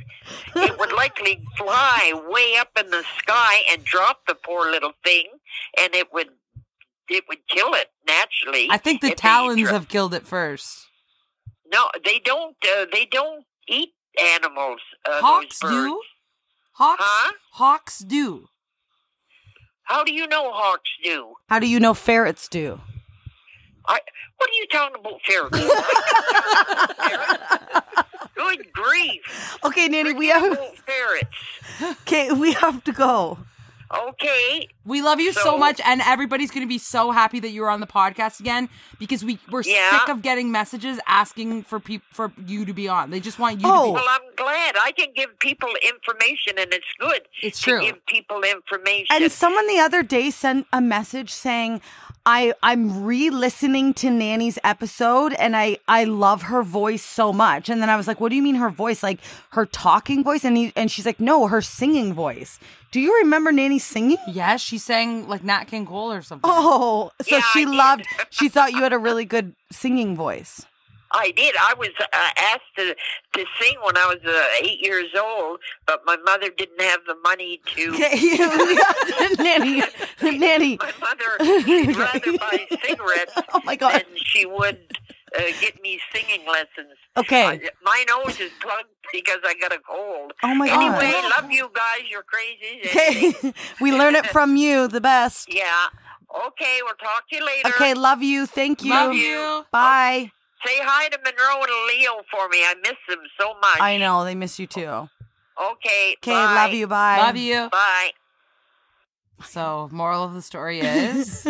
S5: It would likely fly way up in the sky and drop the poor little thing, and it would it would kill it naturally.
S4: I think the
S5: if they
S4: talons
S5: dro-
S4: have killed it first.
S5: No, they don't. Uh, they don't eat animals. Uh,
S4: Hawks
S5: those birds.
S4: do. Hawks.
S5: Huh?
S4: Hawks do.
S5: How do you know hawks do?
S3: How do you know ferrets do?
S5: I, what are you talking about, ferrets? Good grief!
S3: Okay, Nanny, we
S5: Forget
S3: have
S5: about ferrets.
S3: okay, we have to go.
S5: Okay,
S4: We love you so,
S5: So-
S4: much, and everybody's going to be so happy that you're on the podcast again because we we're
S5: Yeah.
S4: sick of getting messages asking for peop for you to be on. They just want you to
S5: Well, I'm glad I can give people information, and it's good.
S4: It's
S5: to
S4: true.
S5: give people information.
S3: And someone the other day sent a message saying, I, I'm re-listening to Nanny's episode and I, I love her voice so much. And then I was like, what do you mean her voice? Like her talking voice? And he, and she's like, no, her singing voice. Do you remember Nanny singing?
S4: be. Yes, she sang like Nat King Cole or something.
S3: Oh, so
S5: Yeah, I
S3: she
S5: did.
S3: loved, she thought you had a really good singing voice.
S5: I did. I was uh, asked to, to sing when I was uh, eight years old, but my mother didn't have the money to.
S3: Okay. Nanny, Nanny.
S5: My mother she'd rather buy cigarettes
S3: Oh my God.
S5: than she would uh, get me singing lessons.
S3: Okay.
S5: I- my nose is plugged because I got a cold.
S3: Oh my God.
S5: Anyway, love you guys. You're crazy.
S3: Okay. we learn it from you, the best.
S5: Yeah. Okay. We'll talk to you later.
S3: Okay, love you. Thank you.
S4: Love you.
S3: Bye.
S5: Say hi to Monroe and Leo for me. I miss them so much.
S3: I know they miss you too.
S5: Okay.
S3: Okay,
S5: bye.
S3: love you. Bye.
S4: Love you.
S5: Bye.
S4: So, moral of the story is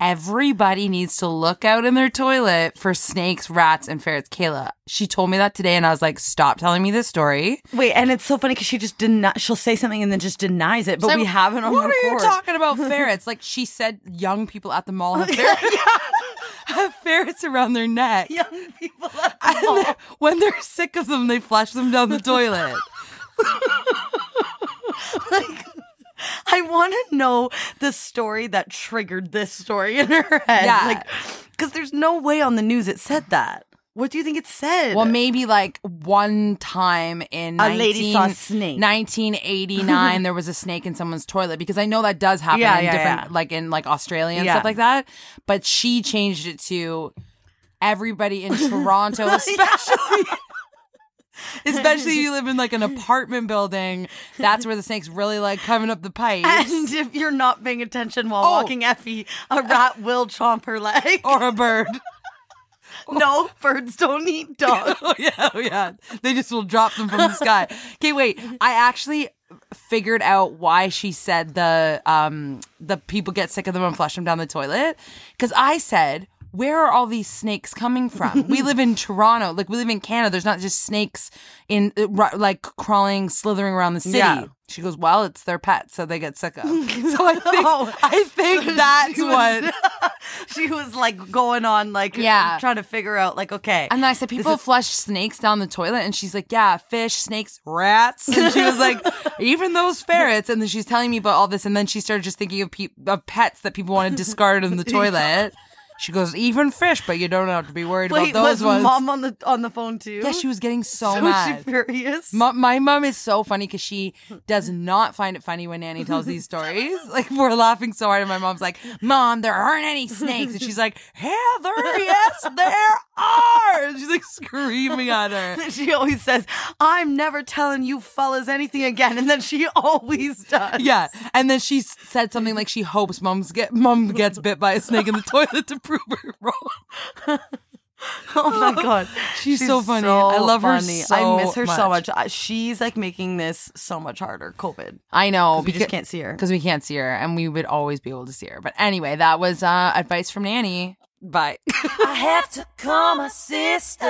S4: everybody needs to look out in their toilet for snakes, rats, and ferrets. Kayla, she told me that today, and I was like, stop telling me this story.
S3: Wait, and it's so funny because she just deny. She'll say something and then just denies it, but
S4: So,
S3: we haven't on
S4: What are you
S3: record.
S4: talking about ferrets? Like she said, young people at the mall have ferrets, have ferrets around their neck.
S3: Young people. at the
S4: And
S3: mall.
S4: they're- when they're sick of them, they flush them down the toilet.
S3: I want to know the story that triggered this story in her head.
S4: Yeah.
S3: Like, because there's no way on the news it said that. What do you think it said?
S4: Well, maybe like one time in
S3: A lady saw a
S4: 19
S3: snake.
S4: 1989, there was a snake in someone's toilet because I know that does happen
S3: Yeah,
S4: in
S3: yeah,
S4: different,
S3: yeah.
S4: like in like Australia and
S3: Yeah.
S4: stuff like that. But she changed it to everybody in Toronto, especially. Especially if you live in like an apartment building, that's where the snakes really like coming up the pipes.
S3: And if you're not paying attention while
S4: Oh.
S3: walking Effie, a rat will chomp her leg.
S4: or a bird.
S3: no, birds don't eat dogs.
S4: oh yeah, oh yeah. They just will drop them from the sky. Okay, wait. I actually figured out why she said the um the people get sick of them and flush them down the toilet because I said. Where are all these snakes coming from? We live in Toronto, like we live in Canada. There's not just snakes in uh, ru- like crawling, slithering around the city.
S3: Yeah.
S4: She goes, "Well, it's their pets, so they get sick of." So I think I think that's what
S3: she was like going on like
S4: Yeah.
S3: trying to figure out like okay
S4: And then I said, people flush snakes down the toilet. And she's like, yeah, fish, snakes, rats. And she was like, even those ferrets. And then she's telling me about all this. And then she started just thinking of, pe- of pets that people want to discard in the toilet. She goes, even fish, but you don't have to be worried
S3: wait
S4: about those
S3: was
S4: ones.
S3: mom on the on the phone too
S4: yeah, she was getting so,
S3: was she
S4: mad.
S3: furious
S4: Mu- my mom is so funny because she does not find it funny when Nanny tells these stories. Like we're laughing so hard, and my mom's like, "Mom, there aren't any snakes," and she's like, "Heather, yes, there are." And she's like screaming at her.
S3: she always says i'm never telling you fellas anything again and then she always does
S4: Yeah, and then she s- said something like she hopes mom's get mom gets bit by a snake in the toilet to prove her wrong.
S3: oh my god
S4: She's so funny. I love her
S3: funny.
S4: so
S3: i miss her so
S4: much.
S3: much I, she's like making this so much harder covid
S4: I know
S3: we just can't see her
S4: because we can't see her, and we would always be able to see her. But anyway, that was uh, advice from Nanny. Bye.
S6: I have to call my sister.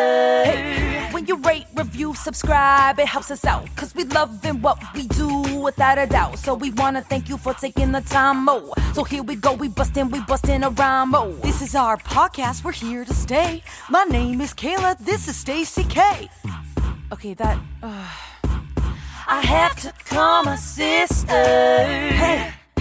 S6: When you rate, review, subscribe, it helps us out. Cause we loving what we do without a doubt. So we wanna thank you for taking the time, mo. So here we go, we bustin', we bustin' a rhyme, mo.
S3: This is our podcast. We're here to stay. My name is Kayla. This is Stacy K.
S6: Okay, that. uh, ugh. I have to call my sister.
S3: Hey,